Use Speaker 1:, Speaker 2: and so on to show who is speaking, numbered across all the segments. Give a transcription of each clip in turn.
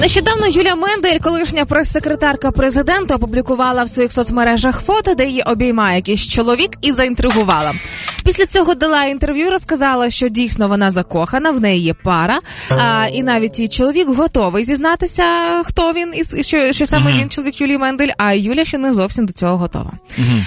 Speaker 1: Нещодавно Юля Мендель, колишня прес-секретарка президента, опублікувала в своїх соцмережах фото, де її обіймає якийсь чоловік і заінтригувала. Після цього дала інтерв'ю, розказала, що дійсно вона закохана, в неї є пара, а, і навіть її чоловік готовий зізнатися, хто він і с- що, що саме він чоловік Юлії Мендель. А Юля ще не зовсім до цього готова.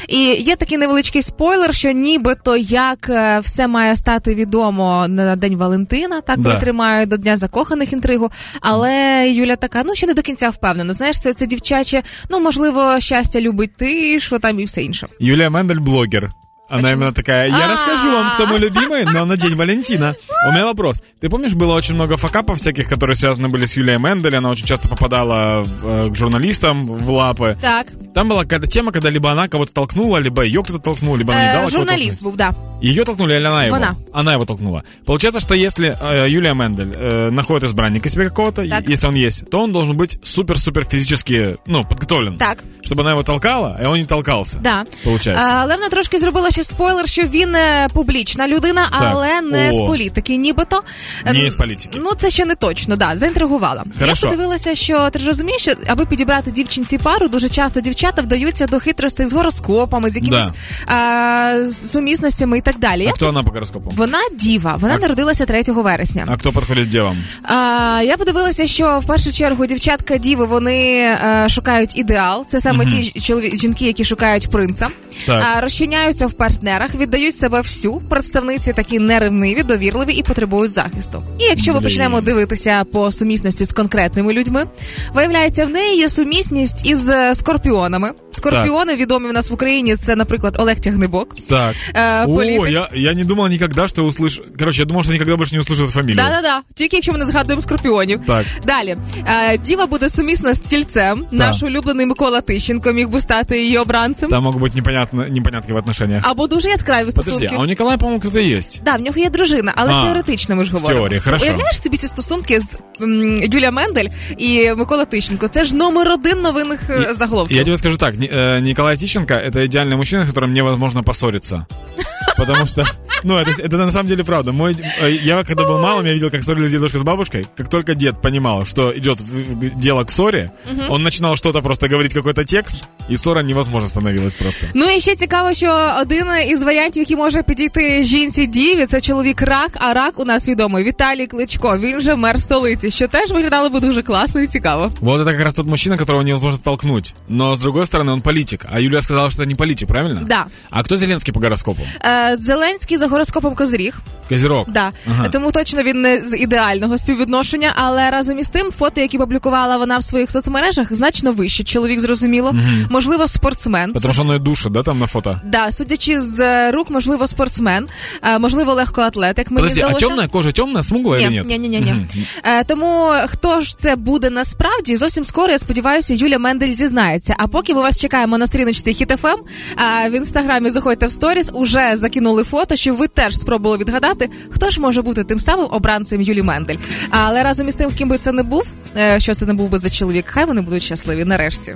Speaker 1: І є такий невеличкий спойлер, що нібито як е, все має стати відомо на день Валентина, так
Speaker 2: Да.
Speaker 1: да. тримаю до дня закоханих інтригу. Але Юля така, ну ще не до кінця впевнена. Знаєш, це, це дівчаче, ну можливо, щастя любить тишу, там і все інше.
Speaker 2: Юлия Мендель блогер. Она именно такая, я
Speaker 1: А-а-а.
Speaker 2: расскажу вам, кто мой любимый, но на День Валентина. У меня вопрос. Ты помнишь, было очень много факапов всяких, которые связаны были с Юлией Мендель. Она очень часто попадала в, э, к журналистам в лапы.
Speaker 1: Так,
Speaker 2: Там была какая-то тема, когда либо она кого-то толкнула, либо ее кто-то толкнул, либо она не
Speaker 1: е,
Speaker 2: дала кого-то
Speaker 1: журналіст був, да.
Speaker 2: Ее толкнули или она его?
Speaker 1: Э, Она.
Speaker 2: Она его толкнула. Получается, что если э, Юлия Мендель э, находит избранника себе какого-то, и-
Speaker 1: Так.
Speaker 2: если он есть, то он должен быть супер-супер физически, ну, подготовлен.
Speaker 1: Так.
Speaker 2: Чтобы она его толкала, а он не толкался.
Speaker 1: Да.
Speaker 2: Получается.
Speaker 1: А, Левна трошки зробила ще спойлер, що він е, публічна людина, але не
Speaker 2: О.
Speaker 1: з політики, нібито. Е,
Speaker 2: Не
Speaker 1: ну,
Speaker 2: з політики.
Speaker 1: Ну це ще не точно, да, заінтригувала.
Speaker 2: Хорошо.
Speaker 1: Я подивилася, що ти ж розумієш, що аби підібрати дівчинці пару, дуже часто дівчата вдаються до хитростей з гороскопами, з якимись е, з сумісностями і так далі.
Speaker 2: А
Speaker 1: Я-
Speaker 2: кто она по гороскопу?
Speaker 1: Вона діва, вона народилася 3 вересня.
Speaker 2: А кто подходит девам?
Speaker 1: А, я подивилася, що в першу чергу дівчатка діви вони е, шукають ідеал. Це саме ті ж- чолові- жінки, які шукають принца.
Speaker 2: Так.
Speaker 1: А, розчиняються в партнерах, віддають себе всю. Представниці такі неревниві, довірливі і потребують захисту. І якщо ми
Speaker 2: Блін.
Speaker 1: почнемо дивитися по сумісності з конкретними людьми, виявляється, в неї є сумісність із е, скорпіонами. Скорпіони відомі в нас в Україні. Це, наприклад, Олег Тягнебок.
Speaker 2: Так.
Speaker 1: Э,
Speaker 2: О,
Speaker 1: политик.
Speaker 2: я, я не думал никогда, что услышу... Короче, я думал, что никогда больше не услышу эту фамилию.
Speaker 1: Да, да, да. Тільки якщо ми не згадуємо скорпіонів.
Speaker 2: Так.
Speaker 1: Далі Е, діва буде сумісна з тільцем. Наш улюблений Микола Тищенко міг би стати її обранцем.
Speaker 2: Там могут быть непонятно, непонятки в отношениях.
Speaker 1: Або дуже яскраві
Speaker 2: Подожди,
Speaker 1: стосунки.
Speaker 2: а у Николая, по-моему, кто-то есть.
Speaker 1: Да, в нього є дружина, але
Speaker 2: А,
Speaker 1: теоретично ми ж говоримо.
Speaker 2: теорії, хорошо.
Speaker 1: Уявляєш собі ці стосунки з м, Юлія Мендель і Микола Тищенко. Це ж номер один новинних е, заголовків.
Speaker 2: Я тебе скажу так, Ни- э, Николай Тищенко это идеальный мужчина, с которым невозможно поссориться. Потому что, ну, это, это на самом деле правда. Мой, э, я когда был малым, я видел, как ссорились дедушка с бабушкой. Как только дед понимал, что идет в- в- дело к ссоре, он начинал что-то просто говорить, какой-то текст, і ссора невозможно становилась просто.
Speaker 1: Ну і ще цікаво, що один із варіантів, який може підійти жінці діві, це чоловік рак. А рак у нас відомий Віталій Кличко. Він же мер столиці, що теж виглядало би дуже класно і цікаво.
Speaker 2: Вот это как раз тот мужчина, которого невозможно толкнуть. Но с другой стороны, он политик. А Юлия сказала, что не политик, правильно?
Speaker 1: Да.
Speaker 2: А кто Зеленский по гороскопу?
Speaker 1: Е, Зеленський за гороскопом Козиріг.
Speaker 2: Козерог.
Speaker 1: Да.
Speaker 2: Ага.
Speaker 1: Тому точно він не з ідеального співвідношення, але разом із тим, фото, які публікувала вона в своїх соцмережах, значно вище. Чоловік зрозуміло, можливо, спортсмен.
Speaker 2: Потому что он ее душит, да, там на фото?
Speaker 1: Да, судячи з е, рук, можливо, спортсмен, е, можливо, легкоатлет, як мені
Speaker 2: Подожди, а
Speaker 1: здалося.
Speaker 2: темная кожа темная, смуглая или
Speaker 1: Ні,
Speaker 2: нет?
Speaker 1: ні, ні, ні, ні.
Speaker 2: Мгм.
Speaker 1: Е, тому хто ж це буде насправді? Зовсім скоро я сподіваюся, Юля Мендель зізнається. А поки ми вас чекаємо на стріночці Хіт.ФМ, е, в інстаграмі заходьте в сторіс, уже закинули фото, що ви теж спробували відгадати, хто ж може бути тим самим обранцем Юлі Мендель. Але разом із тим, ким би це не був, е, що це не був би за чоловік, хай вони будуть щасливі нарешті.